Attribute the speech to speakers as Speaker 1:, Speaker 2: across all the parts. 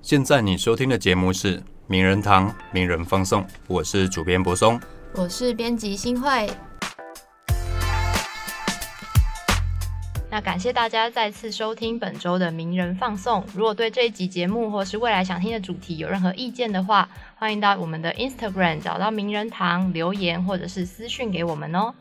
Speaker 1: 现在你收听的节目是《名人堂名人放送》，我是主编柏松。
Speaker 2: 我是编辑新会。那感谢大家再次收听本周的名人放送。如果对这一集节目或是未来想听的主题有任何意见的话，欢迎到我们的 Instagram 找到名人堂留言或者是私讯给我们哦。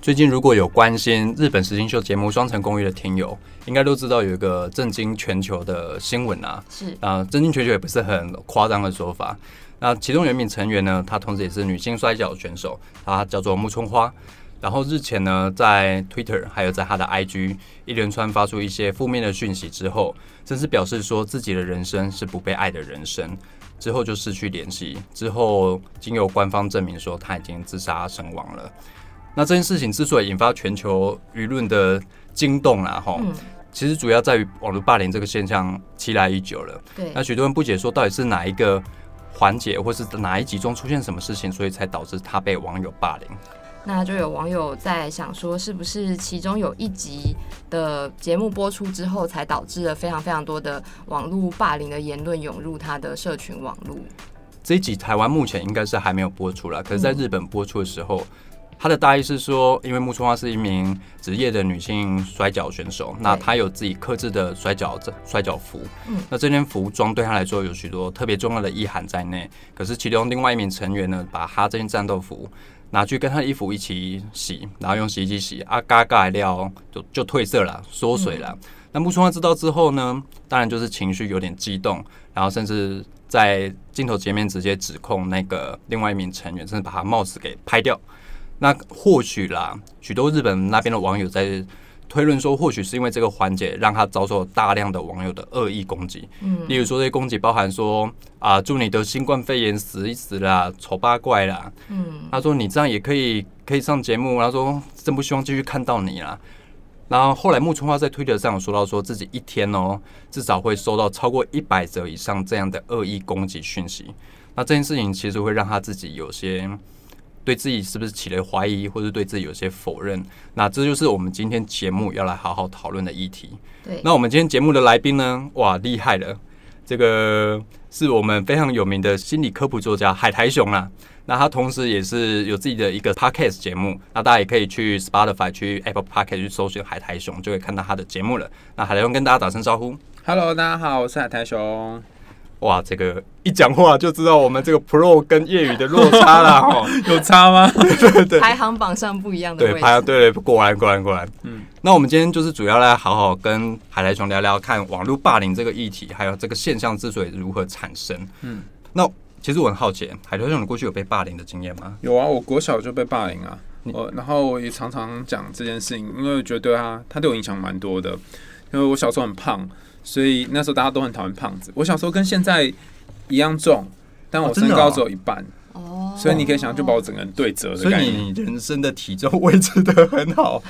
Speaker 1: 最近如果有关心日本实境秀节目《双城公寓》的听友，应该都知道有一个震惊全球的新闻啊，
Speaker 2: 是
Speaker 1: 啊，震惊全球也不是很夸张的说法。那其中有一名成员呢，她同时也是女性摔跤选手，她叫做木村花。然后日前呢，在 Twitter 还有在她的 IG 一连串发出一些负面的讯息之后，甚至表示说自己的人生是不被爱的人生，之后就失去联系。之后经由官方证明说她已经自杀身亡了。那这件事情之所以引发全球舆论的惊动啦，吼，
Speaker 2: 嗯，
Speaker 1: 其实主要在于网络霸凌这个现象期来已久了。
Speaker 2: 对
Speaker 1: 那，许多人不解说，到底是哪一个环节，或是哪一集中出现什么事情，所以才导致他被网友霸凌？
Speaker 2: 那就有网友在想说，是不是其中有一集的节目播出之后，才导致了非常非常多的网络霸凌的言论涌入他的社群网络？
Speaker 1: 这一集台湾目前应该是还没有播出啦，可是在
Speaker 2: 嗯
Speaker 1: 日本播出的时候，他的大意是说，因为木村花是一名职业的女性摔跤选手，那她有自己克制的摔跤摔跤服，
Speaker 2: 嗯
Speaker 1: 那这件服装对她来说有许多特别重要的意涵在内。可是其中另外一名成员呢，把她这件战斗服拿去跟她的衣服一起洗，然后用洗衣机洗，啊嘎嘎的料就就褪色了，缩水
Speaker 2: 嗯
Speaker 1: 了。那木村花知道之后呢，当然就是情绪有点激动，然后甚至在镜头前面直接指控那个另外一名成员，甚至把他帽子给拍掉。那或许啦，许多日本那边的网友在推论说，或许是因为这个环节让他遭受大量的网友的恶意攻击，
Speaker 2: 嗯，
Speaker 1: 例如说这些攻击包含说啊，祝你得新冠肺炎死一死啦，丑八怪啦，
Speaker 2: 嗯，
Speaker 1: 他说你这样也可以可以上节目，他说真不希望继续看到你啦。然后后来木村花在推特上有说到，说自己一天哦至少会收到超过一百则以上这样的恶意攻击讯息。那这件事情其实会让他自己有些对自己是不是起了怀疑，或者对自己有些否认。那这就是我们今天节目要来好好讨论的议题。
Speaker 2: 对，
Speaker 1: 那我们今天节目的来宾呢？哇，厉害了！这个是我们非常有名的心理科普作家海苔熊啦。那他同时也是有自己的一个 podcast 节目，那大家也可以去 Spotify、去 Apple Podcast 去搜寻海苔熊，就会看到他的节目了。那海苔熊跟大家打声招呼。
Speaker 3: Hello，大家好，我是海苔熊。
Speaker 1: 哇，这个一讲话就知道我们这个 Pro 跟业余的落差啦。哦。
Speaker 3: 有差吗？
Speaker 2: 排行榜上不一样的
Speaker 1: 对，
Speaker 2: 位
Speaker 1: 排
Speaker 2: 置，
Speaker 1: 对，果然果然果然。嗯，那我们今天就是主要来好好跟海来熊聊聊看网络霸凌这个议题，还有这个现象之所以如何产生。嗯
Speaker 3: 嗯，
Speaker 1: 那其实我很好奇，海来熊，你过去有被霸凌的经验吗？
Speaker 3: 有啊，我国小就被霸凌啊，
Speaker 1: 你
Speaker 3: 我然后我也常常讲这件事情，因为我觉得对他他对我影响蛮多的，因为我小时候很胖，所以那时候大家都很讨厌胖子。我小时候跟现在一样重，但
Speaker 1: 哦
Speaker 3: 我
Speaker 1: 真
Speaker 3: 身
Speaker 1: 的
Speaker 3: 高
Speaker 1: 哦
Speaker 3: 只有一半，
Speaker 2: 哦
Speaker 3: 所以你可以想，就把我整个人对折的
Speaker 1: 所
Speaker 3: 概
Speaker 1: 以
Speaker 3: 念。
Speaker 1: 你人生的体重维持的很 好，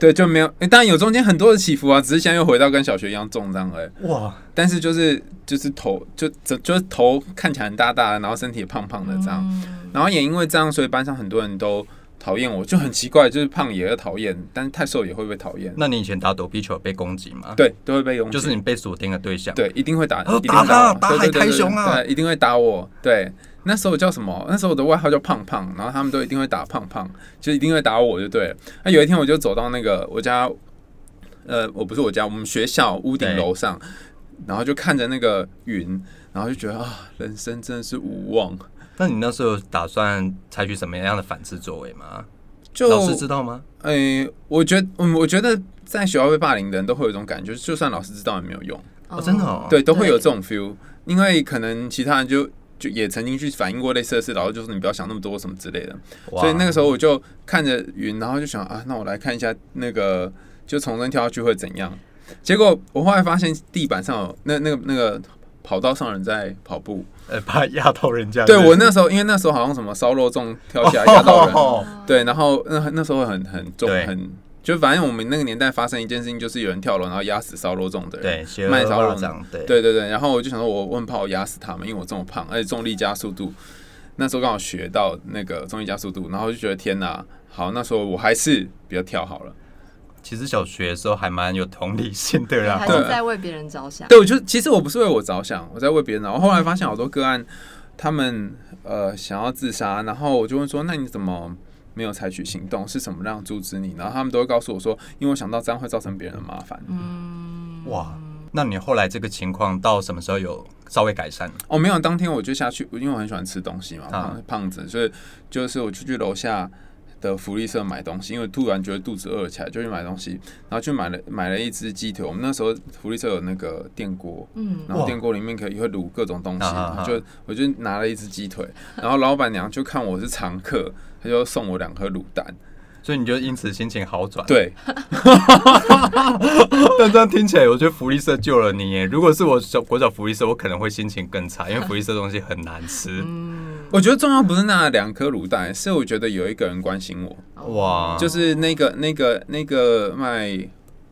Speaker 3: 对，就没有，诶当然有中间很多的起伏啊，只是现在又回到跟小学一样重这样而已。
Speaker 1: 哇！
Speaker 3: 但是就是就是头就就就是头看起来很大大的，然后身体也胖胖的这样。
Speaker 2: 嗯
Speaker 3: 然后也因为这样，所以班上很多人都讨厌我，就很奇怪，就是胖也会讨厌，但是太瘦也会被讨厌。
Speaker 1: 那你以前打躲避球有被攻击吗？，
Speaker 3: 对，都会被拥挤。
Speaker 1: 就是你被锁定的对象。，
Speaker 3: 对，一定会打，
Speaker 1: 哦
Speaker 3: 一定
Speaker 1: 打
Speaker 3: 会
Speaker 1: 他
Speaker 3: 我
Speaker 1: 打
Speaker 3: 对对
Speaker 1: 海苔
Speaker 3: 对对
Speaker 1: 熊啊
Speaker 3: 对，一定会打我。对，那时候我叫什么？那时候我的外号叫胖胖，然后他们都一定会打胖胖，就一定会打我就对了。那有一天我就走到那个我家，呃，我不是我家，我们学校屋顶
Speaker 1: 对
Speaker 3: 楼上，然后就看着那个云，然后就觉得啊，人生真的是无望。
Speaker 1: 那你那时候有打算采取什么样的反制作为吗？
Speaker 3: 就嗯
Speaker 1: 老师知道吗？
Speaker 3: 诶、我觉得，嗯，我觉得在学校被霸凌的人都会有一种感觉，就算老师知道也没有用，
Speaker 1: 哦，真的哦。，
Speaker 3: 对，都会有
Speaker 2: 对
Speaker 3: 这种 feel，因为可能其他人就就也曾经去反映过类似的事，老师就说你不要想那么多什么之类的，
Speaker 1: 哇
Speaker 3: 所以那个时候我就看着云，然后就想啊，那我来看一下那个就从中跳下去会怎样。结果我后来发现地板上有那那个那个跑道上有人在跑步，
Speaker 1: 呃，怕压到人家。
Speaker 3: 对我那时候因为那时候好像什么烧肉粽跳起来压到人，
Speaker 1: 哦
Speaker 3: 对，然后那那时候很很重
Speaker 1: 对
Speaker 3: 很，就反正我们那个年代发生一件事情，就是有人跳楼然后压死烧肉粽的人。
Speaker 1: 对，邪恶
Speaker 3: 卖烧肉
Speaker 1: 这样，对
Speaker 3: 对对对，然后我就想说我，我很怕我压死他们，因为我这么胖，而且重力加速度，那时候刚好学到那个重力加速度，然后就觉得天哪，好，那时候我还是不要跳好了。
Speaker 1: 其实小学的时候还蛮有同理心的啦
Speaker 2: 哦还，
Speaker 3: 对
Speaker 2: 是在为别人着想。
Speaker 3: 对，我就其实我不是为我着想，我在为别人着想。然后后来发现好多个案，他们呃想要自杀，然后我就问说：“那你怎么没有采取行动？是什么让阻止你？”然后他们都会告诉我说：“因为我想到这样会造成别人的麻烦。
Speaker 2: 嗯，
Speaker 1: 哇，那你后来这个情况到什么时候有稍微改善？
Speaker 3: 哦，没有，当天我就下去，因为我很喜欢吃东西嘛，
Speaker 1: 啊
Speaker 3: 胖胖子，所以就是我就去楼下的福利社买东西，因为突然觉得肚子饿起来，就去买东西，然后去买了买了一只鸡腿。我们那时候福利社有那个电锅，
Speaker 2: 嗯，
Speaker 3: 然后
Speaker 1: 哇
Speaker 3: 电锅里面可以会卤各种东西，
Speaker 1: 啊啊啊
Speaker 3: 就我就拿了一只鸡腿，然后老板娘就看我是常客，她就送我两颗卤蛋。
Speaker 1: 所以你就因此心情好转？，
Speaker 3: 对，
Speaker 1: 但这样听起来，我觉得福利社救了你耶。如果是我小国小福利社，我可能会心情更差，因为福利社东西很难吃。
Speaker 2: 嗯
Speaker 3: 我觉得重要不是那两颗卤蛋，是我觉得有一个人关心我，
Speaker 1: 哇，
Speaker 3: 就是那个那个那个卖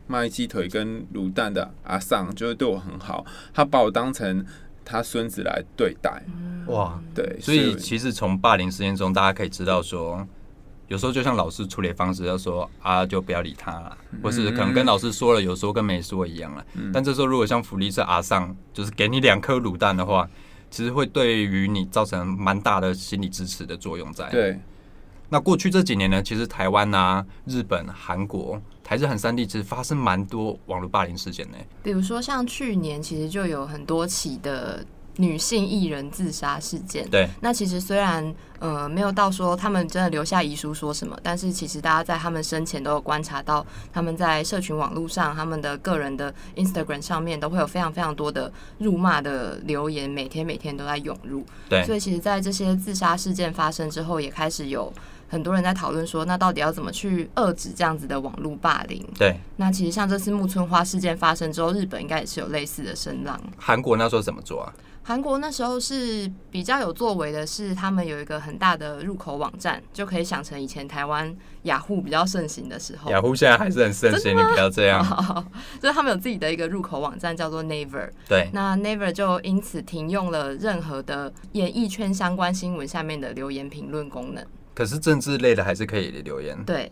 Speaker 3: 卖鸡腿跟卤蛋的阿桑，就是对我很好，他把我当成他孙子来对待。
Speaker 1: 哇，
Speaker 3: 对，
Speaker 1: 嗯所以其实从霸凌事件中，大家可以知道说，有时候就像老师处理方式，要说啊，就不要理他啦，或是可能跟老师说了，有时候跟没说一样了。但这时候如果像福利社阿上，就是给你两颗卤蛋的话，其实会对于你造成蛮大的心理支持的作用在。
Speaker 3: 对
Speaker 1: 那过去这几年呢，其实台湾啊、日本、韩国、台日韩三地其实发生蛮多网络霸凌事件呢。
Speaker 2: 比如说像去年，其实就有很多起的女性艺人自杀事件。
Speaker 1: 对，
Speaker 2: 那其实虽然呃没有到说他们真的留下遗书说什么，但是其实大家在他们生前都有观察到，他们在社群网络上、他们的个人的 Instagram 上面都会有非常非常多的辱骂的留言，每天每天都在涌入。
Speaker 1: 对
Speaker 2: 所以其实，在这些自杀事件发生之后，也开始有很多人在讨论说，那到底要怎么去遏制这样子的网络霸凌？
Speaker 1: 对，
Speaker 2: 那其实像这次木村花事件发生之后，日本应该也是有类似的声浪。
Speaker 1: 韩国那时候怎么做啊？
Speaker 2: 韩国那时候是比较有作为的是，他们有一个很大的入口网站，就可以想成以前台湾雅虎比较盛行的时候。
Speaker 1: 雅虎现在还是很盛行，你不要这样。
Speaker 2: 就是他们有自己的一个入口网站叫做 Naver，
Speaker 1: 对，
Speaker 2: 那 Naver 就因此停用了任何的演艺圈相关新闻下面的留言评论功能。
Speaker 1: 可是政治类的还是可以留言。
Speaker 2: 对，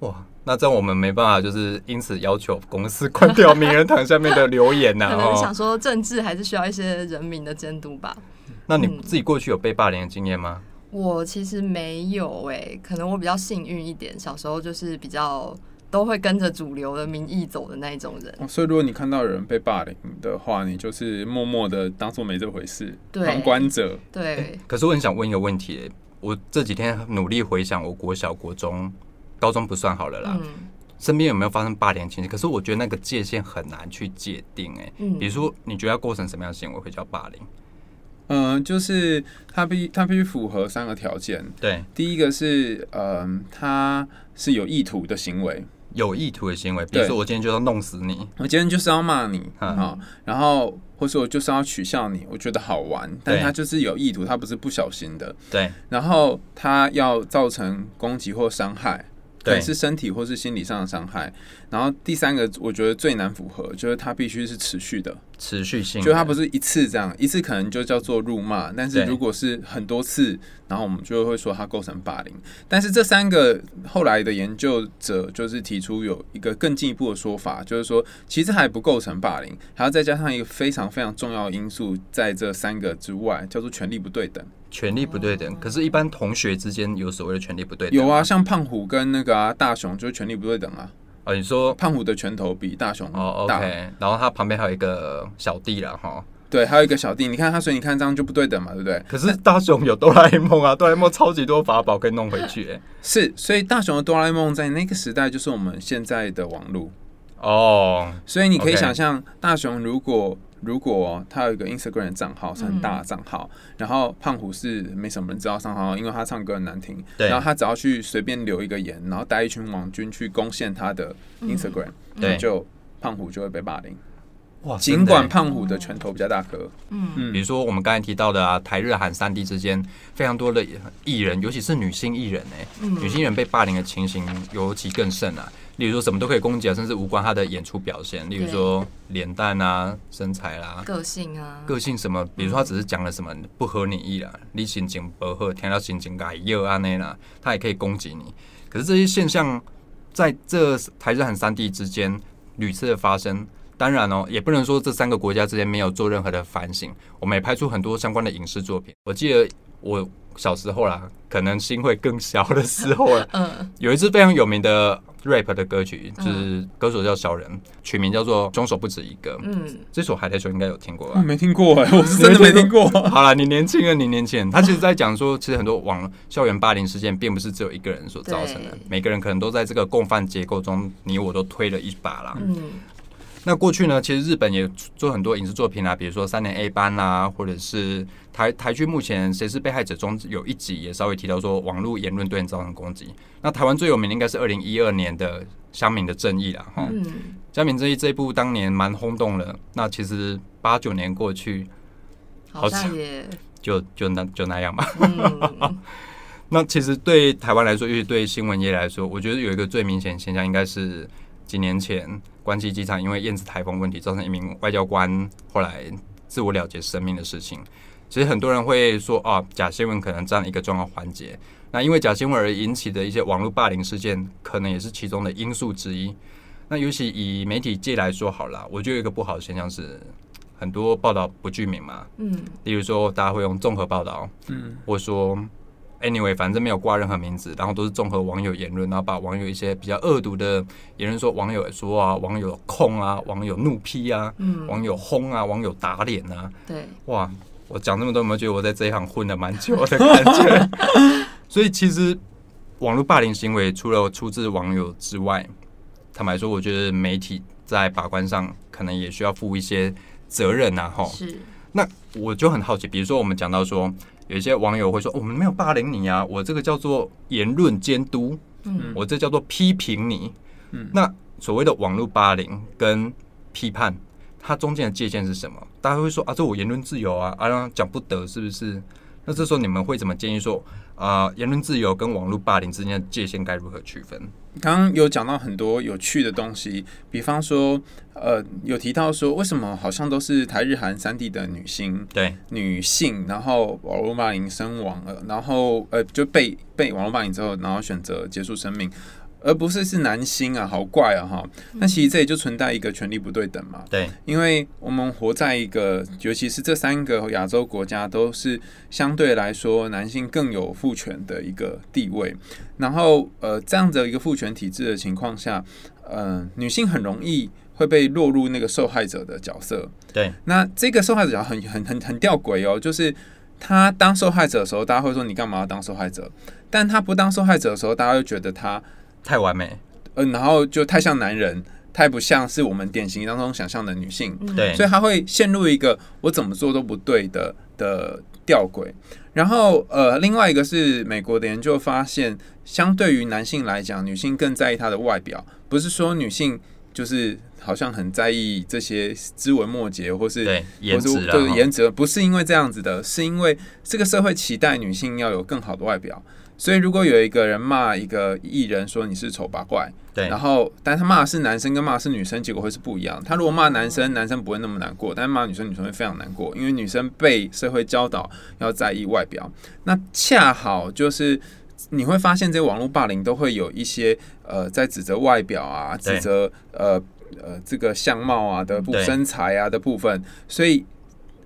Speaker 1: 哇，那这样我们没办法，就是因此要求公司关掉名人堂下面的留言呐、
Speaker 2: 可能想
Speaker 1: 哦，
Speaker 2: 说政治还是需要一些人民的监督吧。
Speaker 1: 那你自己过去有被霸凌的经验吗？
Speaker 2: 我其实没有诶、可能我比较幸运一点，小时候就是比较都会跟着主流的民意走的那一种人。
Speaker 3: 哦所以如果你看到有人被霸凌的话，你就是默默的当做没这回事，
Speaker 2: 对
Speaker 3: 旁观者。
Speaker 2: 对，
Speaker 1: 可是我很想问一个问题、我这几天努力回想我国小、国中、高中不算好了啦，
Speaker 2: 嗯
Speaker 1: 身边有没有发生霸凌的情形？可是我觉得那个界限很难去界定、欸，
Speaker 2: 嗯
Speaker 1: 比如说你觉得要构成什么样的行为会叫霸凌？
Speaker 3: 嗯，就是他必他必须符合三个条件。
Speaker 1: 对，
Speaker 3: 第一个是，嗯，他是有意图的行为。
Speaker 1: 有意图的行为，比如
Speaker 3: 对
Speaker 1: 说我今天就要弄死你，
Speaker 3: 我今天就是要骂你
Speaker 1: 嗯
Speaker 3: 啊、然后或是我就是要取笑你，我觉得好玩，但
Speaker 1: 对
Speaker 3: 他就是有意图，他不是不小心的。
Speaker 1: 对
Speaker 3: 然后他要造成攻击或伤害，可
Speaker 1: 对
Speaker 3: 能是身体或是心理上的伤害。然后第三个，我觉得最难符合就是他必须是持续的，
Speaker 1: 持续性的，
Speaker 3: 就它不是一次这样，一次可能就叫做辱骂，但是
Speaker 1: 对
Speaker 3: 如果是很多次，然后我们就会说它构成霸凌。但是这三个后来的研究者就是提出有一个更进一步的说法，就是说其实还不构成霸凌，还要再加上一个非常非常重要的因素在这三个之外，叫做权力不对等。
Speaker 1: 权力不对等。可是，一般同学之间有所谓的权力不对等吗，
Speaker 3: 有啊，像胖虎跟那个啊大雄就是权力不对等啊，
Speaker 1: 哦，你说
Speaker 3: 胖虎的拳头比大雄嗯大。
Speaker 1: 哦，OK，然后他旁边还有一个小弟了哈。
Speaker 3: 对，还有一个小弟，你看他，所以你看这样就不对等嘛，对不对？
Speaker 1: 可是大雄有哆啦 A 梦啊， 哆啦 A 梦超级多法宝可以弄回去、欸。
Speaker 3: 是，所以大雄的哆啦 A 梦在那个时代就是我们现在的网络。
Speaker 1: 哦，
Speaker 3: 所以你可以
Speaker 1: OK
Speaker 3: 想象，大雄如果如果哦他有一个 Instagram 的账号是很大的账号，
Speaker 1: 嗯
Speaker 3: 然后胖虎是没什么人知道账号，因为他唱歌很难听。
Speaker 1: 对
Speaker 3: 然后他只要去随便留一个言，然后带一群网军去攻陷他的 Instagram，、
Speaker 1: 嗯对欸
Speaker 3: 那就胖虎就会被霸凌。
Speaker 1: 哇，
Speaker 3: 尽管
Speaker 1: 胖，
Speaker 3: 胖虎的欸拳头比较大颗，
Speaker 2: 嗯，
Speaker 1: 比如说我们刚才提到的啊，台日韩三地之间非常多的艺人，尤其是女性艺人哎、女性艺人被霸凌的情形尤其更甚啊。例如说什么都可以攻击啊，甚至无关她的演出表现，例如说脸蛋啊、身材啦、
Speaker 2: 个性啊，
Speaker 1: 个性什么，比如说他只是讲了什么不合你意啦，你心情不好，听到心情改热啊那啦，他也可以攻击你。可是这些现象在这台日韩三地之间屡次的发生。当然哦，也不能说这三个国家之间没有做任何的反省，我们也拍出很多相关的影视作品。我记得我小时候啦，可能心会更小的时候了，
Speaker 2: 嗯
Speaker 1: 有一支非常有名的 rap 的歌曲，就是歌手叫小人，取名叫做《凶手不止一个》。
Speaker 2: 嗯，
Speaker 1: 这首《海苔球》应该有听过吧？
Speaker 3: 啊没听过哎、我是真的没听过。
Speaker 1: 好了，你年轻人，你年轻人。他其实在讲说，其实很多网校园霸凌事件，并不是只有一个人所造成的
Speaker 2: 对，
Speaker 1: 每个人可能都在这个共犯结构中，你我都推了一把啦。
Speaker 2: 嗯
Speaker 1: 那过去呢，其实日本也做很多影视作品啊，比如说《三年 A 班》啦，或者是台台剧目前《谁是被害者》中有一集也稍微提到说，网络言论对人造成攻击。那台湾最有名的应该是二零一二年的《乡民的正义》啦，啊哈、
Speaker 2: 嗯，
Speaker 1: 乡民正义》这一部当年蛮轰动的。那其实八九年过去，
Speaker 2: 好
Speaker 1: 好
Speaker 2: 像也
Speaker 1: 就就那就那样吧。
Speaker 2: 嗯
Speaker 1: 那其实对台湾来说，尤其对新闻业来说，我觉得有一个最明显的现象，应该是几年前关西机场因为燕子台风问题，造成一名外交官后来自我了结生命的事情。其实很多人会说啊，假新闻可能占了一个重要环节。那因为假新闻而引起的一些网络霸凌事件，可能也是其中的因素之一。那尤其以媒体界来说好了，我觉得有一个不好的现象是，很多报道不具名嘛，
Speaker 2: 嗯
Speaker 1: 例如说大家会用综合报道，
Speaker 3: 嗯，
Speaker 1: 或说 anyway，反正没有挂任何名字，然后都是综合网友言论，然后把网友一些比较恶毒的言论说网友说啊，网友控啊，网友怒批啊，
Speaker 2: 嗯，
Speaker 1: 网友轰啊，网友打脸啊，
Speaker 2: 对，
Speaker 1: 哇！我讲这么多，有没有觉得我在这一行混了蛮久的感觉？所以其实网络霸凌行为除了出自网友之外，坦白说，我觉得媒体在把关上可能也需要负一些责任啊，吼。
Speaker 2: 是，
Speaker 1: 那我就很好奇，比如说我们讲到说，有一些网友会说、哦我们没有霸凌你啊，我这个叫做言论监督，
Speaker 2: 嗯
Speaker 1: 我这叫做批评你。
Speaker 3: 嗯
Speaker 1: 那所谓的网络霸凌跟批判，它中间的界限是什么？大家会说啊，这我言论自由啊，啊讲不得是不是？那这时候你们会怎么建议说啊、言论自由跟网络霸凌之间的界限该如何区分？
Speaker 3: 刚刚有讲到很多有趣的东西，比方说，呃，有提到说为什么好像都是台日韩三地的女星，
Speaker 1: 对，
Speaker 3: 女性，然后网络霸凌身亡了，然后呃就被被网络霸凌之后，然后选择结束生命，而不是是男星啊，好怪啊哈。那其实这也就存在一个权力不对等嘛，
Speaker 1: 对，
Speaker 3: 因为我们活在一个，尤其是这三个亚洲国家都是相对来说男性更有父权的一个地位，然后呃这样的一个父权体制的情况下，呃女性很容易会被落入那个受害者的角色，
Speaker 1: 对，
Speaker 3: 那这个受害者很很很很吊诡哦，就是他当受害者的时候，大家会说你干嘛要当受害者？但他不当受害者的时候，大家会觉得他
Speaker 1: 太完美，
Speaker 3: 嗯、呃然后就太像男人，太不像是我们典型当中想象的女性，
Speaker 2: 嗯
Speaker 1: 对
Speaker 3: 所以他会陷入一个我怎么做都不对的的吊诡。然后呃，另外一个是美国的研究发现，相对于男性来讲，女性更在意她的外表，不是说女性。就是好像很在意这些枝微末节，或是
Speaker 1: 对，颜值啦
Speaker 3: 对
Speaker 1: 哈
Speaker 3: 颜值，不是因为这样子的，是因为这个社会期待女性要有更好的外表。所以如果有一个人骂一个艺人说你是丑八怪，
Speaker 1: 对
Speaker 3: 然后但他骂的是男生跟骂的是女生，结果会是不一样。他如果骂男生，男生不会那么难过，但是骂女生，女生会非常难过，因为女生被社会教导要在意外表。那恰好就是你会发现，这些网络霸凌都会有一些呃，在指责外表啊，
Speaker 1: 对
Speaker 3: 指责呃呃这个相貌啊的部
Speaker 1: 对
Speaker 3: 身材啊的部分，所以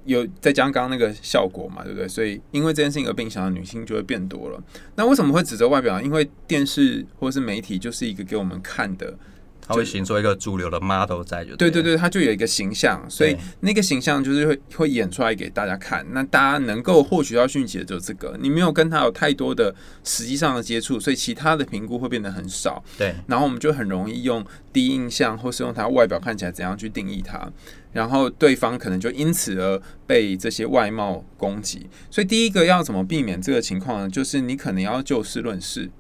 Speaker 3: 有再加上刚刚那个效果嘛，对不对？所以因为这件事情而被影响的女性就会变多了。那为什么会指责外表？因为电视或是媒体就是一个给我们看的，
Speaker 1: 它会形成一个主流的 model 在就
Speaker 3: 对对
Speaker 1: 对了
Speaker 3: 对，它就有一个形象，所以
Speaker 1: 对
Speaker 3: 那个形象就是会会演出来给大家看。那大家能够获取到讯息的就是这个，你没有跟他有太多的实际上的接触，所以其他的评估会变得很少。
Speaker 1: 对，
Speaker 3: 然后我们就很容易用第一印象，或是用他外表看起来怎样去定义他，然后对方可能就因此而被这些外貌攻击。所以第一个要怎么避免这个情况呢？就是你可能要就事论事，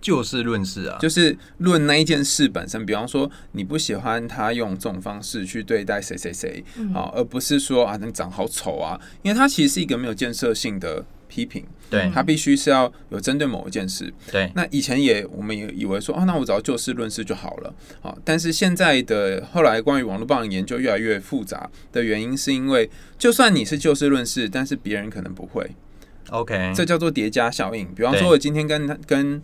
Speaker 1: 就事论事啊，
Speaker 3: 就是论那一件事本身。比方说，你不喜欢他用这种方式去对待谁谁谁
Speaker 2: 嗯
Speaker 3: 啊，而不是说啊你长好丑啊，因为他其实是一个没有建设性的批评，
Speaker 1: 对
Speaker 2: 嗯
Speaker 3: 他必须是要有针对某一件事。
Speaker 1: 对。
Speaker 3: 那以前也我们也以为说，哦，那我只要就事论事就好了，好、但是现在的后来关于网络霸凌研究越来越复杂的原因，是因为就算你是就事论事，但是别人可能不会，
Speaker 1: OK，
Speaker 3: 这叫做叠加效应。比方
Speaker 1: 嗯对
Speaker 3: 说，我今天跟他跟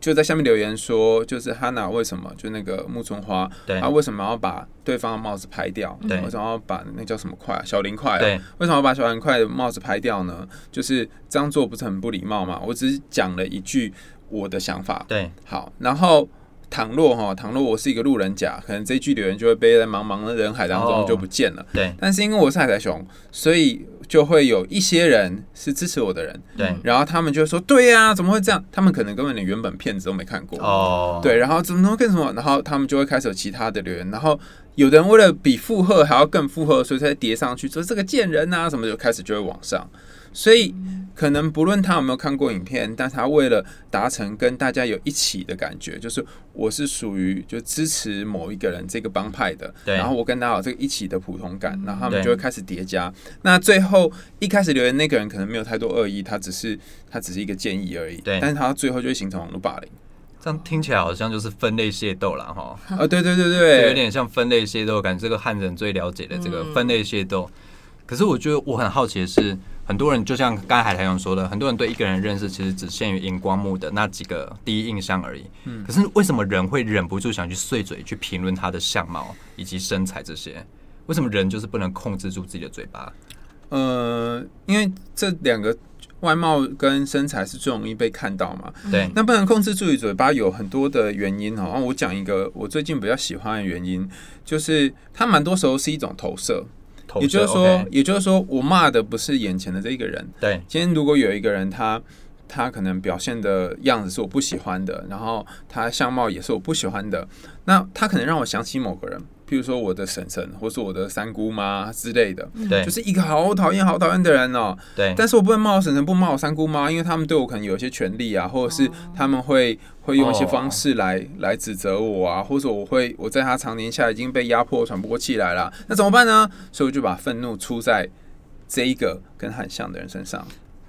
Speaker 3: 就在下面留言说，就是哈娜为什么就那个木村花，啊
Speaker 1: 对
Speaker 3: 她为什么要把对方的帽子拍掉？
Speaker 1: 对
Speaker 3: 为什么要把那叫什么块啊小林块、啊？
Speaker 1: 对，
Speaker 3: 为什么要把小林块的帽子拍掉呢？就是这样做不是很不礼貌嘛？我只是讲了一句我的想法，
Speaker 1: 对，
Speaker 3: 好，然后倘若哈，倘若我是一个路人甲，可能这句留言就会被在茫茫的人海当
Speaker 1: 哦
Speaker 3: 中就不见了。
Speaker 1: 对，
Speaker 3: 但是因为我是海苔熊，所以就会有一些人是支持我的人，
Speaker 1: 对，
Speaker 3: 然后他们就会说：“对呀、怎么会这样？”他们可能根本连原本片子都没看过。
Speaker 1: 哦，
Speaker 3: 对，然后怎么能更什么？然后他们就会开始有其他的留言，然后有的人为了比附和还要更附和，所以才叠上去，说这个贱人啊什么，就开始就会往上。所以可能不论他有没有看过影片，但他为了达成跟大家有一起的感觉，就是我是属于就支持某一个人这个帮派的，
Speaker 1: 对
Speaker 3: 然后我跟他有这个一起的普通感，然后他
Speaker 1: 对
Speaker 3: 们就会开始叠加。那最后一开始留言那个人可能没有太多恶意，他只是他只是一个建议而已，
Speaker 1: 对
Speaker 3: 但是他最后就会形成网络霸凌。
Speaker 1: 这样听起来好像就是分类械斗啦，哈，
Speaker 3: 啊、对对对
Speaker 1: 就
Speaker 3: 对，
Speaker 1: 有点像分类械斗，感觉这个汉人最了解的这个
Speaker 2: 嗯
Speaker 1: 分类械斗。可是我觉得我很好奇的是，很多人就像刚才海苔勇说的，很多人对一个人的认识其实只限于荧光幕的那几个第一印象而已。
Speaker 3: 嗯
Speaker 1: 可是为什么人会忍不住想去碎嘴去评论他的相貌以及身材这些？为什么人就是不能控制住自己的嘴巴？
Speaker 3: 呃，因为这两个外貌跟身材是最容易被看到嘛。
Speaker 1: 对，
Speaker 3: 那不能控制住你嘴巴有很多的原因哦。啊我讲一个我最近比较喜欢的原因，就是它蛮多时候是一种投射，
Speaker 1: 投射
Speaker 3: 也就是说
Speaker 1: OK，
Speaker 3: 也就是说，我骂的不是眼前的这一个人。
Speaker 1: 对
Speaker 3: 今天如果有一个人他他可能表现的样子是我不喜欢的，然后他相貌也是我不喜欢的，那他可能让我想起某个人，譬如说我的婶婶，或是我的三姑妈之类的。
Speaker 1: 对
Speaker 3: 就是一个好讨厌、好讨厌的人哦、
Speaker 1: 对
Speaker 3: 但是我不能骂我婶婶，不能骂我三姑妈，因为他们对我可能有一些权利啊，或者
Speaker 1: 哦
Speaker 3: 是他们会会用一些方式来、来指责我啊，或者我会我在他常年下已经被压迫、喘不过气来了，那怎么办呢？所以我就把愤怒出在这一个跟他很像的人身上，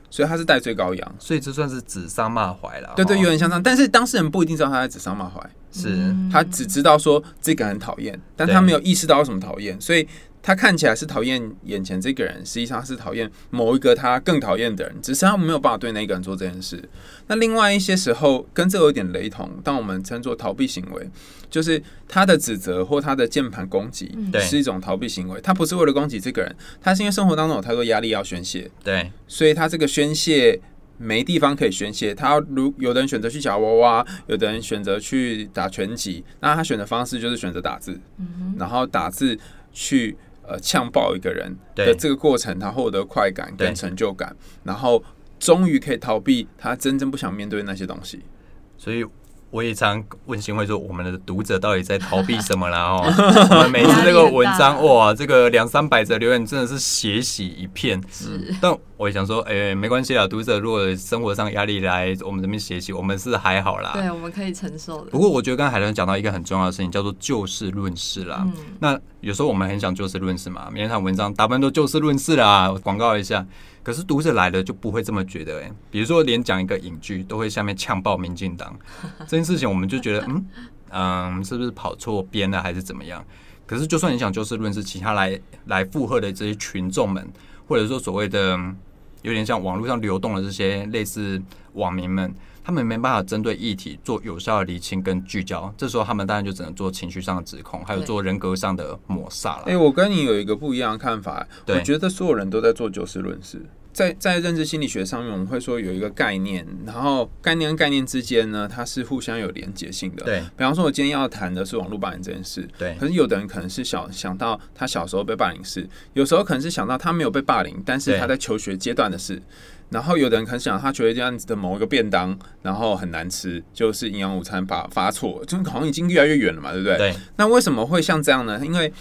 Speaker 3: 所以他是戴罪羔羊，
Speaker 1: 所以这算是指桑骂槐了。
Speaker 3: 对对，
Speaker 1: 齁
Speaker 3: 有点像这样，但是当事人不一定知道他在指桑骂槐，
Speaker 1: 是
Speaker 2: 嗯
Speaker 3: 他只知道说这个人讨厌，但他
Speaker 1: 对
Speaker 3: 没有意识到为什么讨厌，所以他看起来是讨厌眼前这个人，实际上是讨厌某一个他更讨厌的人，只是他没有办法对那个人做这件事。那另外一些时候跟这有点雷同，但我们称作逃避行为，就是他的指责或他的键盘攻击
Speaker 1: 对
Speaker 3: 是一种逃避行为，他不是为了攻击这个人，他是因为生活当中有太多压力要宣泄，
Speaker 1: 对
Speaker 3: 所以他这个宣泄没地方可以宣泄。他如有的人选择去夹娃娃，有的人选择去打拳击，那他选的方式就是选择打字，
Speaker 1: 嗯
Speaker 3: 然后打字去呃呛爆一个人
Speaker 1: 对
Speaker 3: 的这个过程，他获得快感
Speaker 1: 对
Speaker 3: 跟成就感，然后终于可以逃避他真正不想面对那些东西。
Speaker 1: 所以我也常问新会说，我们的读者到底在逃避什么啦？ 哦，我们每次这个文章，哇，这个两三百则留言真的是血洗一片。是，但我也想说，哎、没关系啦，读者如果生活上压力来我们这边写起，我们是还好啦。
Speaker 4: 对，我们可以承受的
Speaker 1: 啊不。过我觉得刚才海伦讲到一个很重要的事情，叫做就事论事啦。
Speaker 2: 嗯
Speaker 1: 那有时候我们很想就事论事嘛，每一场文章大部分都就事论事啦，广告一下。可是读者来了就不会这么觉得哎、比如说连讲一个影剧都会下面呛爆民进党这件事情，我们就觉得嗯嗯是不是跑错边了还是怎么样？可是就算你想就事论事，其他来来附和的这些群众们，或者说所谓的嗯有点像网络上流动的这些类似网民们，他们没办法针对议题做有效的厘清跟聚焦，这时候他们当然就只能做情绪上的指控，还有
Speaker 4: 对
Speaker 1: 做人格上的抹杀了。
Speaker 3: 哎、我跟你有一个不一样的看法，
Speaker 1: 啊对
Speaker 3: 我觉得所有人都在做就事论事。在在认知心理学上面，我们会说有一个概念，然后概念跟概念之间呢，它是互相有连结性的。
Speaker 1: 对
Speaker 3: 比方说，我今天要谈的是网络霸凌这件事，
Speaker 1: 对
Speaker 3: 可是有的人可能是想想到他小时候被霸凌事，有时候可能是想到他没有被霸凌，但是
Speaker 1: 对
Speaker 3: 他在求学阶段的事。然后有的人可能想到他觉得这样子的某一个便当，然后很难吃，就是营养午餐发发错，就好像已经越来越远了嘛，对不对？
Speaker 1: 对
Speaker 3: 那为什么会像这样呢？因为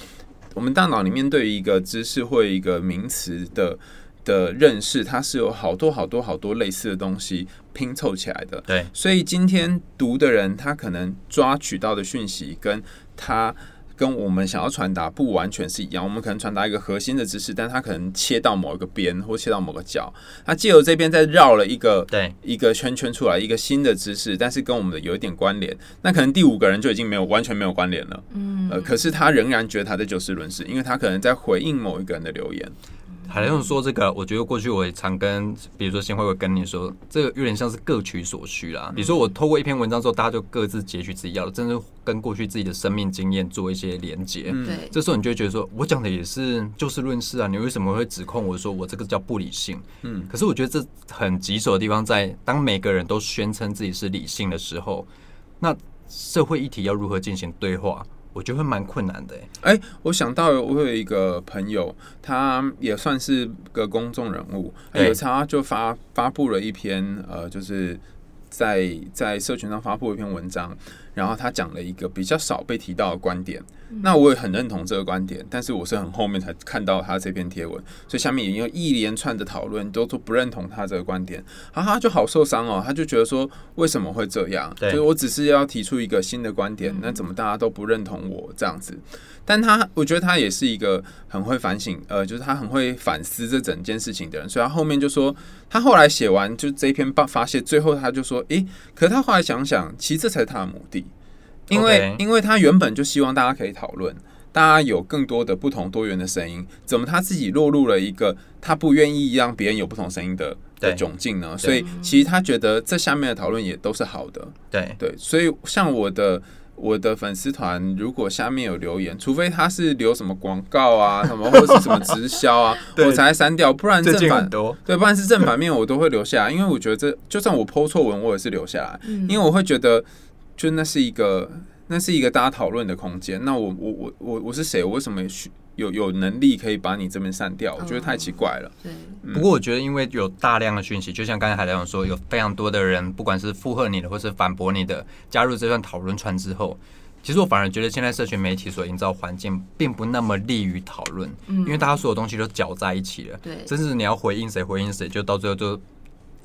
Speaker 3: 我们大脑里面对于一个知识或一个名词的的认识，它是有好多好多好多类似的东西拼凑起来的。
Speaker 1: 对
Speaker 3: 所以今天读的人，他可能抓取到的讯息跟他。跟我们想要传达不完全是一样，我们可能传达一个核心的知识，但他可能切到某一个边或切到某个角，他借由这边再绕了一个
Speaker 1: 对
Speaker 3: 一个圈圈出来一个新的知识，但是跟我们的有一点关联，那可能第五个人就已经没有完全没有关联呃
Speaker 2: 嗯
Speaker 3: 了。嗯，呃，可是他仍然觉得他在就事论事，因为他可能在回应某一个人的留言。
Speaker 1: 海伦说这个，我觉得过去我也常跟，比如说先会会跟你说，这个有点像是各取所需
Speaker 3: 嗯
Speaker 1: 啦。比如说我透过一篇文章之后，大家就各自截取自己要的，真是跟过去自己的生命经验做一些连接。
Speaker 3: 嗯
Speaker 4: 对，
Speaker 1: 这时候你就会觉得说，我讲的也是就事论事啊，你为什么会指控我说我这个叫不理性？
Speaker 3: 嗯
Speaker 1: 可是我觉得这很棘手的地方在，当每个人都宣称自己是理性的时候，那社会议题要如何进行对话，我觉得会蛮困难的、欸。
Speaker 3: 哎、我想到有我有一个朋友，他也算是个公众人物，
Speaker 1: 对
Speaker 3: 有一次他就发发布了一篇呃，就是在在社群上发布了一篇文章，然后他讲了一个比较少被提到的观点。那我也很认同这个观点，但是我是很后面才看到他这篇贴文，所以下面也有一连串的讨论都都不认同他这个观点，啊，他就好受伤哦，他就觉得说为什么会这样？
Speaker 1: 对
Speaker 3: 就是我只是要提出一个新的观点，那怎么大家都不认同我这样子？但他，我觉得他也是一个很会反省，呃，就是他很会反思这整件事情的人，所以他后面就说，他后来写完就这一篇发发泄，最后他就说，诶、可是他后来想想，其实这才是他的目的，因为
Speaker 1: OK
Speaker 3: 因为他原本就希望大家可以讨论，大家有更多的不同多元的声音，怎么他自己落入了一个他不愿意让别人有不同声音的
Speaker 1: 对
Speaker 3: 的窘境呢？所以其实他觉得这下面的讨论也都是好的，
Speaker 1: 对，
Speaker 3: 对，所以像我的我的粉丝团，如果下面有留言，除非他是留什么广告啊，什么或者是什么直销啊，
Speaker 1: 对
Speaker 3: 我才删掉，不然
Speaker 1: 最
Speaker 3: 正
Speaker 1: 近
Speaker 3: 反
Speaker 1: 很多，
Speaker 3: 对，不然是正反面我都会留下来，因为我觉得这就算我剖错文，我也是留下来，
Speaker 4: 嗯
Speaker 3: 因为我会觉得就那是一个那是一个大家讨论的空间，那我我我我我是谁？我为什么需有有能力可以把你这边删掉？我觉得太奇怪
Speaker 1: 嗯
Speaker 3: 了。
Speaker 4: 对，
Speaker 1: 不
Speaker 4: 嗯
Speaker 1: 过我觉得，因为有大量的讯息，就像刚才海亮说，有非常多的人，不管是附和你的，或是反驳你的，加入这段讨论串之后，其实我反而觉得现在社群媒体所营造环境，并不那么利于讨论，
Speaker 4: 嗯
Speaker 1: 因为大家所有东西都搅在一起了，
Speaker 4: 对，
Speaker 1: 真是你要回应谁回应谁，就到最后就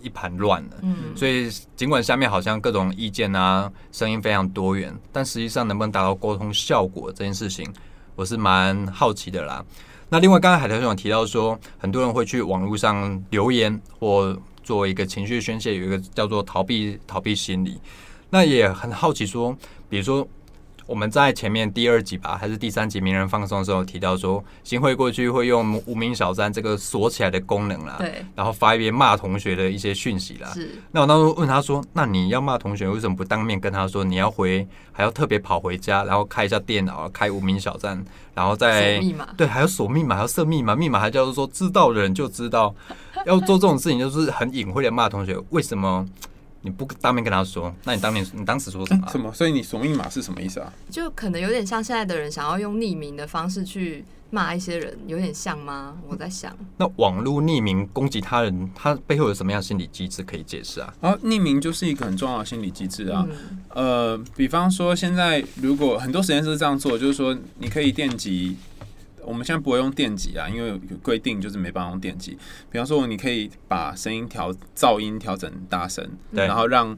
Speaker 1: 一盘乱了。
Speaker 4: 嗯，
Speaker 1: 所以，尽管下面好像各种意见啊、声音非常多元，但实际上能不能达到沟通效果这件事情，我是蛮好奇的啦。那另外，刚才海豚兄有提到说，很多人会去网络上留言或作为一个情绪宣泄，有一个叫做逃避逃避心理。那也很好奇说，比如说我们在前面第二集吧，还是第三集名人放松的时候有提到说，新会过去会用无名小站这个锁起来的功能啦，
Speaker 4: 对，
Speaker 1: 然后发一些骂同学的一些讯息啦。
Speaker 4: 是，
Speaker 1: 那我当时问他说：“那你要骂同学，为什么不当面跟他说？你要回，还要特别跑回家，然后开一下电脑，开无名小站，然后再
Speaker 4: 锁密码
Speaker 1: 对，还要锁密码，还要设密码，密码还叫做说知道的人就知道。要做这种事情，就是很隐晦的骂同学，为什么你不当面跟他说？那你当面，你当时说什
Speaker 4: 哦
Speaker 1: 么啊、
Speaker 3: 什么？所以你锁密码是什么意思啊？
Speaker 4: 就可能有点像现在的人想要用匿名的方式去骂一些人，有点像吗？我在想，
Speaker 1: 那网络匿名攻击他人，他背后有什么样的心理机制可以解释啊？
Speaker 3: 然后匿名就是一个很重要的心理机制啊。
Speaker 4: 嗯，
Speaker 3: 呃，比方说现在如果很多实验室是这样做，就是说你可以电击，我们现在不会用电击啊，因为有规定就是没办法用电击。比方说你可以把声音调噪音调整大声，
Speaker 1: 对
Speaker 3: 然后让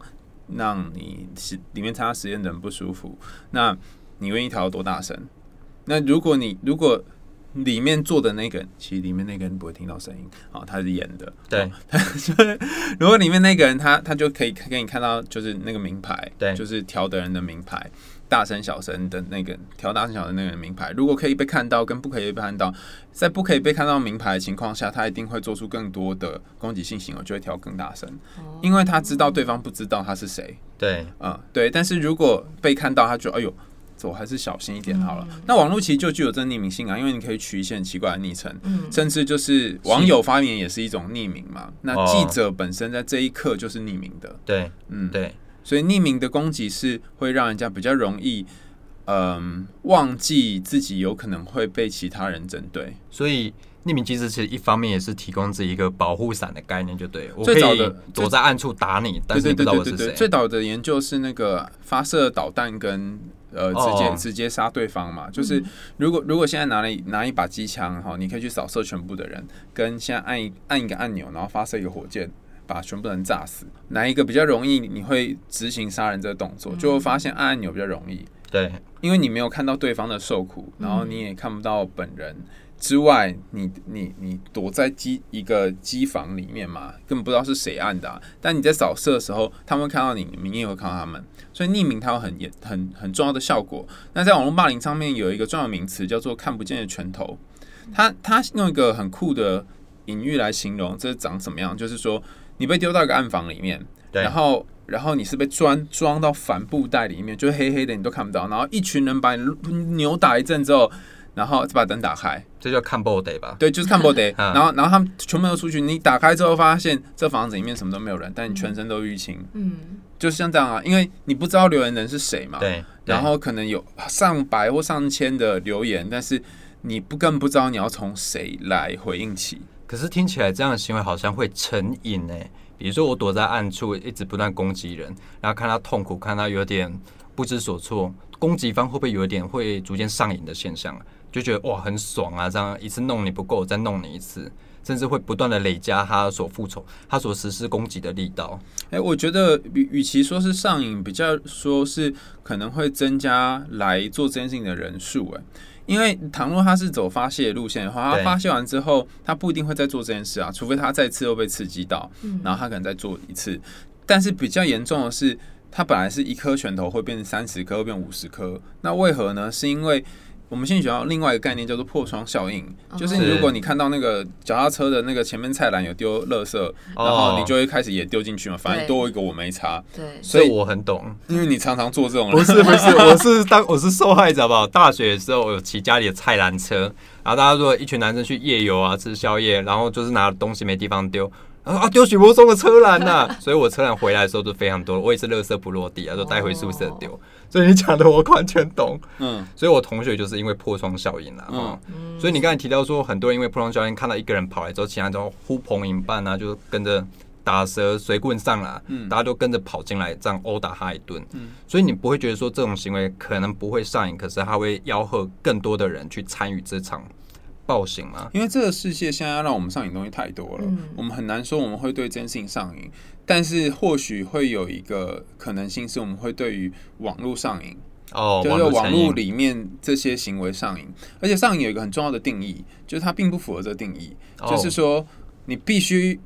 Speaker 3: 让你实里面参加实验的人不舒服，那你愿意调多大声？那如果你如果里面坐的那个人，其实里面那个人不会听到声音，啊、他是演的，
Speaker 1: 对，
Speaker 3: 如果里面那个人他他就可以给你看到，就是那个名牌，
Speaker 1: 对
Speaker 3: 就是调的人的名牌，大声小声的那个调大声小声的那个人名牌。如果可以被看到，跟不可以被看到，在不可以被看到名牌的情况下，他一定会做出更多的攻击性行为，就会调更大声，
Speaker 4: 哦
Speaker 3: 因为他知道对方不知道他是谁。
Speaker 1: 对，
Speaker 3: 嗯，对。但是如果被看到，他就哎呦，这我还是小心一点好了。那网络其实就具有这匿名性啊，因为你可以取一些很奇怪的昵称，
Speaker 4: 嗯
Speaker 3: 甚至就是网友发言也是一种匿名嘛。那
Speaker 1: 哦
Speaker 3: 记者本身在这一刻就是匿名的，
Speaker 1: 对，
Speaker 3: 嗯，。
Speaker 1: 对，
Speaker 3: 所以匿名的攻击是会让人家比较容易，嗯，忘记自己有可能会被其他人针对。
Speaker 1: 所以匿名机制其实一方面也是提供自己一个保护伞的概念，就对了我可
Speaker 3: 最早的
Speaker 1: 以躲在暗处打你，但
Speaker 3: 对
Speaker 1: 是你
Speaker 3: 对
Speaker 1: 不知道
Speaker 3: 对对
Speaker 1: 我
Speaker 3: 对
Speaker 1: 是
Speaker 3: 对，最
Speaker 1: 谁。
Speaker 3: 早的研究是那个发射导弹跟呃直接、
Speaker 1: 哦嗯
Speaker 3: 直接杀对方嘛，就是如果如果现在拿了一拿一把机枪哈，你可以去扫射全部的人，跟现在按一按一个按钮，然后发射一个火箭。把全部人炸死，哪一个比较容易？你会执行杀人这个动
Speaker 1: 嗯
Speaker 3: 作，就会发现按按钮比较容易，
Speaker 1: 对
Speaker 3: 因为你没有看到对方的受苦，然后你也看不到本人。之外，你你你躲在机一个机房里面嘛，根本不知道是谁按的、啊。但你在扫射的时候，他们会看到啊你，你也会看到他们，所以匿名它有很严很很重要的效果。那在网络霸凌上面有一个重要名词叫做“看不见的拳头”，他他用一个很酷的隐喻来形容这是长什么样，就是说你被丢到一个暗房里面，
Speaker 1: 对
Speaker 3: 然后然后你是被装装到帆布袋里面，就是黑黑的，你都看不到，然后一群人把你扭打一阵之后，然后再把灯打开，
Speaker 1: 这叫看 b o day 吧？
Speaker 3: 对，就是看不 得。
Speaker 1: 嗯
Speaker 3: 然后，然后他们全部都出去，你打开之后发现这房子里面什么都没有人，但你全身都淤青，
Speaker 4: 嗯，
Speaker 3: 就是像这样啊，因为你不知道留言人是谁嘛。。
Speaker 1: 对，
Speaker 3: 然后可能有上百或上千的留言，但是你不更不知道你要从谁来回应起。
Speaker 1: 可是听起来这样的行为好像会成瘾哎、比如说我躲在暗处，一直不断攻击人，然后看他痛苦，看他有点不知所措，攻击方会不会有一点会逐渐上瘾的现象啊？就觉得哇很爽啊，这样一次弄你不够，再弄你一次，甚至会不断的累加他所复仇、他所实施攻击的力道。
Speaker 3: 哎、我觉得与与其说是上瘾，比较说是可能会增加来做这件事情的人数。哎，因为倘若他是走发泄路线的话，他
Speaker 1: 对
Speaker 3: 发泄完之后，他不一定会再做这件事啊，除非他再次又被刺激到，
Speaker 4: 嗯
Speaker 3: 然后他可能再做一次。但是比较严重的是，他本来是一颗拳头会变成三十颗，会变五十颗，那为何呢？是因为我们心理学上另外一个概念叫做破窗效应，就是你
Speaker 1: 是
Speaker 3: 如果你看到那个脚踏车的那个前面菜篮有丢垃圾，
Speaker 1: 哦
Speaker 3: 然后你就会开始也丢进去嘛，反正
Speaker 4: 对
Speaker 3: 多一个我没差，
Speaker 4: 对，
Speaker 1: 所
Speaker 3: 所
Speaker 1: 以
Speaker 3: 以
Speaker 1: 我很懂，
Speaker 3: 因为你常常做这种
Speaker 1: 不
Speaker 3: 人，
Speaker 1: 是不是，我是当我是受害者吧。大学的时候，我有骑家里的菜篮车，然后大家说一群男生去夜游啊，吃宵夜，然后就是拿东西没地方丢，然后啊丢许柏松的车篮呐、 所以我车篮回来的时候就非常多，我也是垃圾不落地啊，就带回宿舍丢。所以你讲的我完全懂，
Speaker 3: 嗯，
Speaker 1: 所以我同学就是因为破窗效应啦、啊，
Speaker 4: 嗯
Speaker 1: 所以你刚才提到说，很多人因为破窗效应看到一个人跑来之后，其他人都呼朋引伴啊，就跟着打蛇随棍上啦、
Speaker 3: 嗯
Speaker 1: 大家都跟着跑进来，这样殴打他一顿。
Speaker 3: 嗯
Speaker 1: 所以你不会觉得说这种行为可能不会上瘾，可是他会吆喝更多的人去参与这场暴行吗？
Speaker 3: 因为这个世界现在让我们上瘾东西太多了，
Speaker 4: 嗯
Speaker 3: 我们很难说我们会对这件事情上瘾，但是或许会有一个可能性是我们会对于网络上瘾，
Speaker 1: 哦，
Speaker 3: 就是网
Speaker 1: 成
Speaker 3: 络
Speaker 1: 瘾，
Speaker 3: 里面这些行为上瘾，而且上瘾有一个很重要的定义，就是它并不符合这个定义，
Speaker 1: 哦
Speaker 3: 就是说你必须，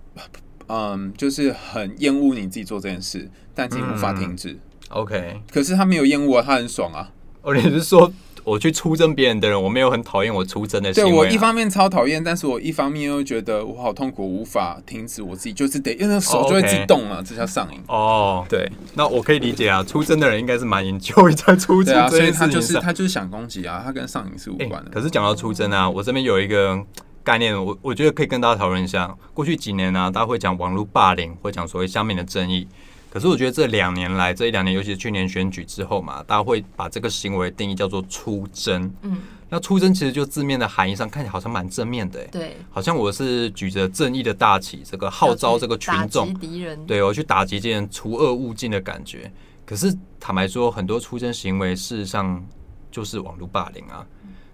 Speaker 3: 嗯，就是很厌恶你自己做这件事，但是你无法
Speaker 1: 嗯
Speaker 3: 停止。
Speaker 1: OK。
Speaker 3: 可是他没有厌恶啊，他很爽啊。
Speaker 1: 哦，你是说我去出征别人的人，我没有很讨厌我出征的行
Speaker 3: 对
Speaker 1: 为啊、
Speaker 3: 我一方面超讨厌，但是我一方面又觉得我好痛苦，无法停止我自己，就是得，因为那手就会自己动了，这叫上瘾。
Speaker 1: 哦，
Speaker 3: 对
Speaker 1: 那我可以理解啊，出征的人应该是蛮 enjoy 在出
Speaker 3: 对
Speaker 1: 征
Speaker 3: 啊，
Speaker 1: 这
Speaker 3: 所以
Speaker 1: 件
Speaker 3: 他
Speaker 1: 事
Speaker 3: 就
Speaker 1: 情
Speaker 3: 是
Speaker 1: 上。
Speaker 3: 他就是想攻击啊，他跟上瘾是无
Speaker 1: 哎，
Speaker 3: 关的。
Speaker 1: 可是讲到出征啊，我这边有一个概念，我我觉得可以跟大家讨论一下。过去几年呢、啊大家会讲网络霸凌，会讲所谓下面的争议。可是我觉得这两年来，这一两年，尤其是去年选举之后嘛，大家会把这个行为定义叫做出征。
Speaker 4: 嗯，
Speaker 1: 那出征其实就字面的含义上看起来好像蛮正面的、欸，
Speaker 4: 对，
Speaker 1: 好像我是举着正义的大旗，这个号召这个群众
Speaker 4: 打击，敌人，
Speaker 1: 对我去打击这人除恶务尽的感觉。可是坦白说，很多出征行为事实上就是网络霸凌啊。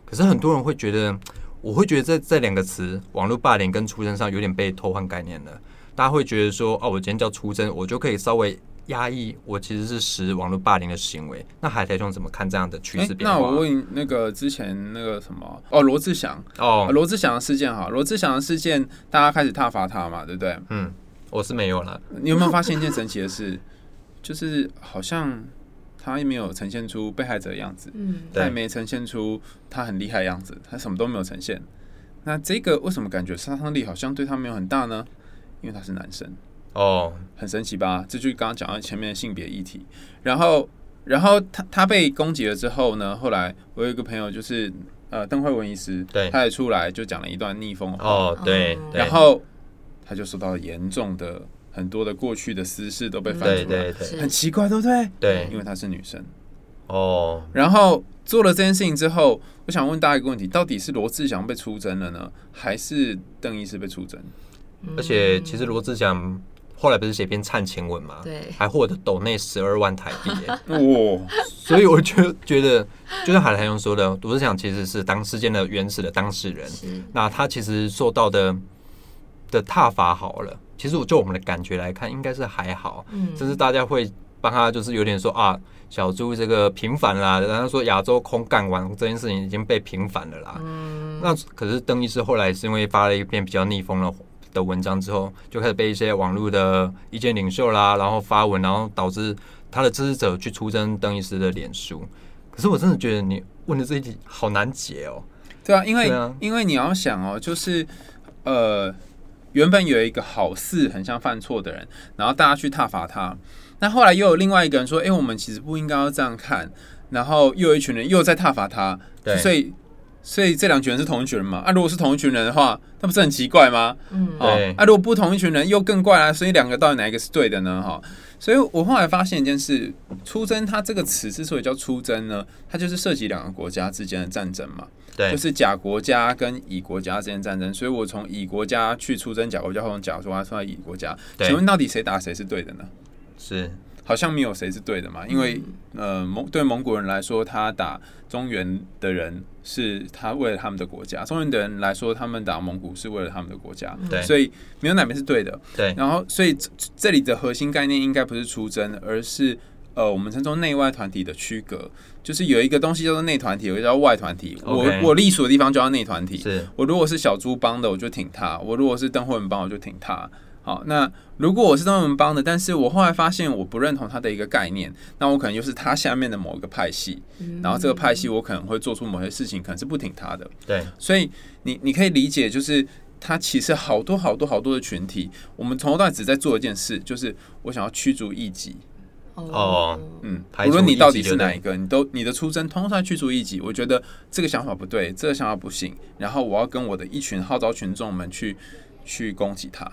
Speaker 1: 可是很多人会觉得，我会觉得这这两个词“网络霸凌”跟“出征”上有点被偷换概念了。大家会觉得说，哦，我今天叫出征，我就可以稍微压抑我其实是使网络霸凌的行为。那海苔兄怎么看这样的趋
Speaker 3: 哎
Speaker 1: 势变化？
Speaker 3: 那我问那个之前那个什么哦，罗志祥，啊
Speaker 1: 哦，
Speaker 3: 罗志祥的事件哈，罗志祥的事件，大家开始挞伐他嘛，对不对？
Speaker 1: 嗯，我是没有了。
Speaker 3: 你有没有发现一件神奇的事？就是好像他也没有呈现出被害者的样子，
Speaker 4: 嗯，
Speaker 1: 对
Speaker 3: 他也没呈现出他很厉害的样子，他什么都没有呈现。那这个为什么感觉杀伤力好像对他没有很大呢？因为他是男生，
Speaker 1: 哦，
Speaker 3: 很神奇吧？这就刚刚讲到前面的性别议题，然后，然后他他被攻击了之后呢，后来我有一个朋友就是呃邓慧文医师，
Speaker 1: 对
Speaker 3: 他也出来就讲了一段逆风的话，
Speaker 1: 哦，对，
Speaker 4: 嗯
Speaker 1: 对
Speaker 3: 然后他就受到严重的很多的过去的私事都被翻
Speaker 1: 对
Speaker 3: 出来，
Speaker 1: 嗯对对
Speaker 4: 是
Speaker 3: 很奇怪，对不对？
Speaker 1: 对
Speaker 3: 因为她是女生。
Speaker 1: 哦，
Speaker 3: 然后做了这件事情之后，我想问大家一个问题：到底是罗志祥被出征了呢，还是邓医师被出征？
Speaker 1: 而且
Speaker 4: 嗯
Speaker 1: 其实罗志祥后来不是写篇忏情文嘛，
Speaker 4: 对
Speaker 1: 还获得斗内十二万台币耶，
Speaker 3: 哇、
Speaker 1: 所以我就觉得，就像海苔兄说的，罗志祥其实是当事件的原始的当事人，
Speaker 4: 是
Speaker 1: 那他其实受到的的挞伐好了，其实我就我们的感觉来看，应该是还好，
Speaker 4: 嗯
Speaker 1: 甚至大家会帮他就是有点说啊，小猪这个平反啦，然后说亚洲空干完这件事情已经被平反了啦。
Speaker 4: 嗯
Speaker 1: 那可是邓医师后来是因为发了一篇比较逆风的的文章之后，就开始被一些网络的意见领袖啦，然后发文，然后导致他的支持者去出征邓医师的脸书。可是我真的觉得你问的这一题好难解哦，
Speaker 3: 对啊，因为、
Speaker 1: 对啊
Speaker 3: 因为你要想哦，就是呃，原本有一个好似很像犯错的人，然后大家去挞伐他，那后来又有另外一个人说，哎、我们其实不应该要这样看，然后又有一群人又在挞伐他，
Speaker 1: 对
Speaker 3: 所以所以这两群人是同一群人嘛？啊，如果是同一群人的话，那不是很奇怪吗？
Speaker 4: 嗯
Speaker 1: 哦对
Speaker 3: 啊，如果不同一群人又更怪啦、所以两个到底哪一个是对的呢？哈、所以我后来发现一件事，出征它这个词之所以叫出征呢，它就是涉及两个国家之间的战争嘛，
Speaker 1: 对
Speaker 3: 就，是甲国家跟乙国家之间的战争。所以我从乙国家去出征甲国家，或从甲国家出来乙国家，
Speaker 1: 对
Speaker 3: 请问到底谁打谁是对的呢？
Speaker 1: 是，
Speaker 3: 好像没有谁是对的
Speaker 1: 嗯
Speaker 3: 嘛，因为、呃蒙对蒙古人来说，他打中原的人是他为了他们的国家；中原的人来说，他们打蒙古是为了他们的国家，
Speaker 1: 嗯对，
Speaker 3: 所以没有哪边是对的。
Speaker 1: 对，
Speaker 3: 然后，所以这这里的核心概念应该不是出征，而是呃，我们称作内外团体的区隔，就是有一个东西叫做内团体，有一个叫外团体。
Speaker 1: OK
Speaker 3: 我我隶属的地方就叫内团体，
Speaker 1: 是，
Speaker 3: 我如果是小猪帮的，我就挺他；我如果是邓慧文帮，我就挺他。好，那如果我是邓慧文帮的，但是我后来发现我不认同他的一个概念，那我可能就是他下面的某一个派系，
Speaker 4: 嗯
Speaker 3: 然后这个派系我可能会做出某些事情，可能是不挺他的。
Speaker 1: 对，
Speaker 3: 所以你你可以理解，就是他其实好多好多好多的群体，我们从头到尾只在做一件事，就是我想要驱逐异己。
Speaker 1: 哦
Speaker 3: 嗯，
Speaker 1: 排
Speaker 3: 无
Speaker 1: 除
Speaker 3: 论你到底
Speaker 1: 异己
Speaker 3: 是
Speaker 1: 就对
Speaker 3: 哪一个，你都你的出征通常去除异己，我觉得这个想法不对，这个想法不行。然后我要跟我的一群号召群众们去去攻击他。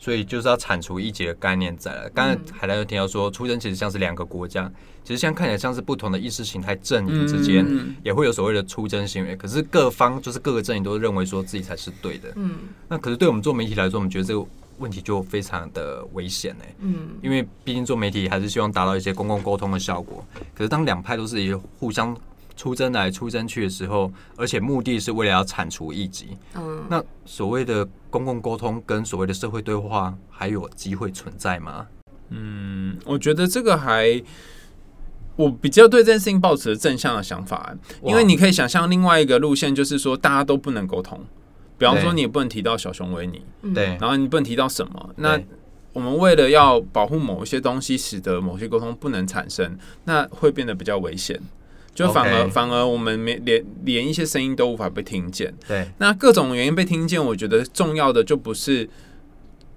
Speaker 1: 所以就是要铲除一节的概念在了。
Speaker 3: 嗯
Speaker 1: 刚才海兰有提到说，出征其实像是两个国家，其实像看起来像是不同的意识形态阵营之间、
Speaker 3: 嗯
Speaker 1: 也会有所谓的出征行为，可是各方就是各个阵营都认为说自己才是对的。
Speaker 4: 嗯
Speaker 1: 那可是对我们做媒体来说，我们觉得这个问题就非常的危险呢、
Speaker 4: 嗯
Speaker 1: 因为毕竟做媒体还是希望达到一些公共沟通的效果。可是当两派都是以互相出征来出征去的时候，而且目的是为了要铲除异己，
Speaker 4: 嗯，
Speaker 1: 那所谓的公共沟通跟所谓的社会对话还有机会存在吗？
Speaker 3: 嗯，我觉得这个还。我比较对这件事情抱持着正向的想法，
Speaker 1: 哇
Speaker 3: 因为你可以想象另外一个路线，就是说大家都不能沟通。比方说，
Speaker 1: 对
Speaker 3: 你也不能提到小熊维尼，
Speaker 4: 嗯
Speaker 1: 对，
Speaker 3: 然后你不能提到什么。那
Speaker 1: 对
Speaker 3: 我们为了要保护某一些东西，使得某些沟通不能产生，那会变得比较危险。就反而
Speaker 1: OK
Speaker 3: 反而我们没连连一些声音都无法被听见。
Speaker 1: 对
Speaker 3: 那各种原因被听见，我觉得重要的就不是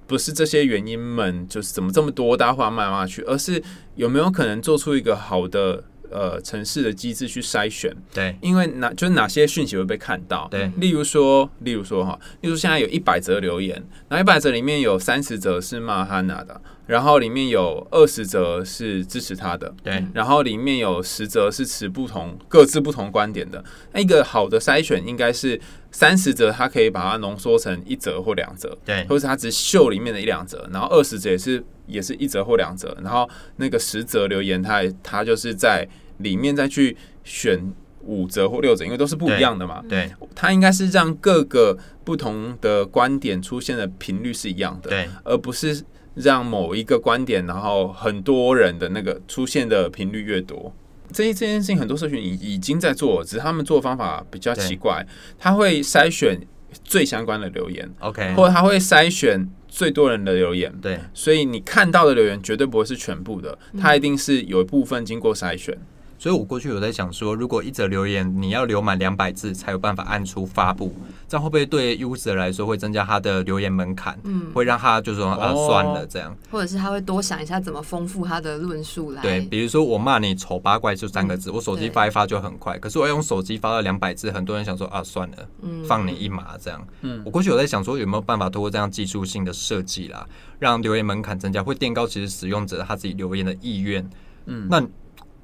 Speaker 3: 不是这些原因们就是怎么这么多，大家哗骂来骂去，而是有没有可能做出一个好的呃城市的机制去筛选。
Speaker 1: 对
Speaker 3: 因为哪就是哪些讯息会被看到，
Speaker 1: 对
Speaker 3: 例如说，例如说哈，例如现在有一百则留言，然后一百则里面有三十则是骂哈娜的，然后里面有二十则是支持他的，
Speaker 4: 嗯
Speaker 1: 对
Speaker 3: 然后里面有十则是持不同各自不同观点的。那一个好的筛选应该是三十则，它可以把它浓缩成一则或两则，
Speaker 1: 对
Speaker 3: 或是它只秀里面的一两则，然后二十则也是也是一则或两则，然后那个十则留言它也，它就是在里面再去选五则或六则，因为都是不一样的嘛。
Speaker 1: 对
Speaker 4: 嗯
Speaker 3: 它应该是让各个不同的观点出现的频率是一样的，
Speaker 1: 对
Speaker 3: 而不是让某一个观点，然后很多人的那个出现的频率越多。这这件事情很多社群已已经在做，只是他们做的方法比较
Speaker 1: 对
Speaker 3: 奇怪，他会筛选最相关的留言，
Speaker 1: ，OK，
Speaker 3: 或者他会筛选最多人的留言。
Speaker 1: 对
Speaker 3: 所以你看到的留言绝对不会是全部的，它一定是有一部分经过筛选。
Speaker 1: 所以我过去有在想说，如果一则留言你要留满两百字才有办法按出发布，这样会不会对 user 来说会增加他的留言门槛？
Speaker 4: 嗯
Speaker 1: 会让他就说啊
Speaker 3: 哦
Speaker 1: 算了这样。
Speaker 4: 或者是他会多想一下怎么丰富他的论述来，
Speaker 1: 对，比如说我骂你丑八怪就三个字，我手机
Speaker 4: 对
Speaker 1: 发一发就很快，可是我要用手机发到两百字，很多人想说啊算了，
Speaker 4: 嗯
Speaker 1: 放你一马这样。
Speaker 3: 嗯
Speaker 1: 我过去有在想说有没有办法通过这样技术性的设计啦，让留言门槛增加，会垫高其实使用者他自己留言的意愿。
Speaker 3: 嗯
Speaker 1: 那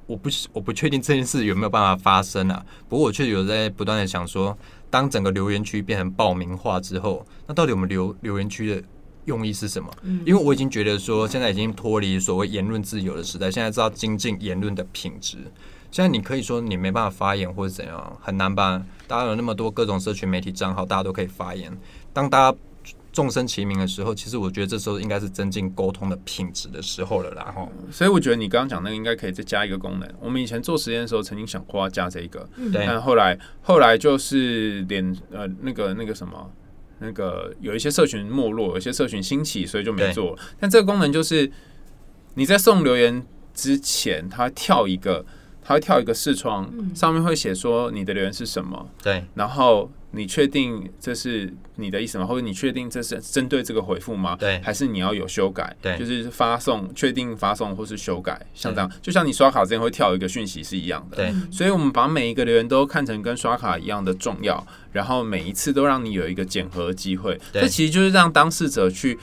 Speaker 1: 我不我不确定这件事有没有办法发生啊，不过我确实有在不断的想说，当整个留言区变成报名化之后，那到底我们留留言区的用意是什么？
Speaker 3: 嗯
Speaker 1: 因为我已经觉得说，现在已经脱离所谓言论自由的时代，现在知道精进言论的品质。现在你可以说你没办法发言或者怎样，很难吧？大家有那么多各种社群媒体账号，大家都可以发言。当大家众生齐名的时候，其实我觉得这时候应该是增进沟通的品质的时候了啦。吼，
Speaker 3: 所以我觉得你刚刚讲那个应该可以再加一个功能。我们以前做实验的时候曾经想过要加这一个，
Speaker 1: 对
Speaker 3: 但后来后来就是连呃那个那个什么那个有一些社群没落，有一些社群兴起，所以就没
Speaker 1: 对
Speaker 3: 做。但这个功能就是你在送留言之前，它会跳一个它会跳一个视窗，
Speaker 4: 嗯
Speaker 3: 上面会写说你的留言是什么，
Speaker 1: 对，
Speaker 3: 然后你确定这是你的意思吗？或者你确定这是针对这个回复吗？
Speaker 1: 对
Speaker 3: 还是你要有修改？
Speaker 1: 对
Speaker 3: 就是发送确定发送或是修改，像这样，就像你刷卡之前会跳一个讯息是一样的。
Speaker 1: 对
Speaker 3: 所以我们把每一个留言都看成跟刷卡一样的重要，然后每一次都让你有一个检核机会。
Speaker 1: 对
Speaker 3: 这其实就是让当事者去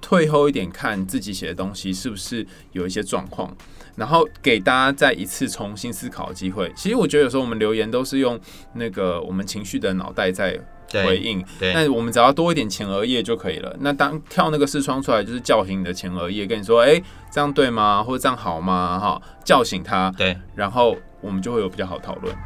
Speaker 3: 退后一点，看自己写的东西是不是有一些状况，然后给大家再一次重新思考的机会。其实我觉得有时候我们留言都是用那个我们情绪的脑袋在回
Speaker 1: 对，
Speaker 3: 应，
Speaker 1: 对，
Speaker 3: 那我们只要多一点前额叶就可以了。那当跳那个视窗出来，就是叫醒你的前额叶，跟你说，哎、这样对吗？或者这样好吗？哈，叫醒他，
Speaker 1: 对，
Speaker 3: 然后我们就会有比较好讨论。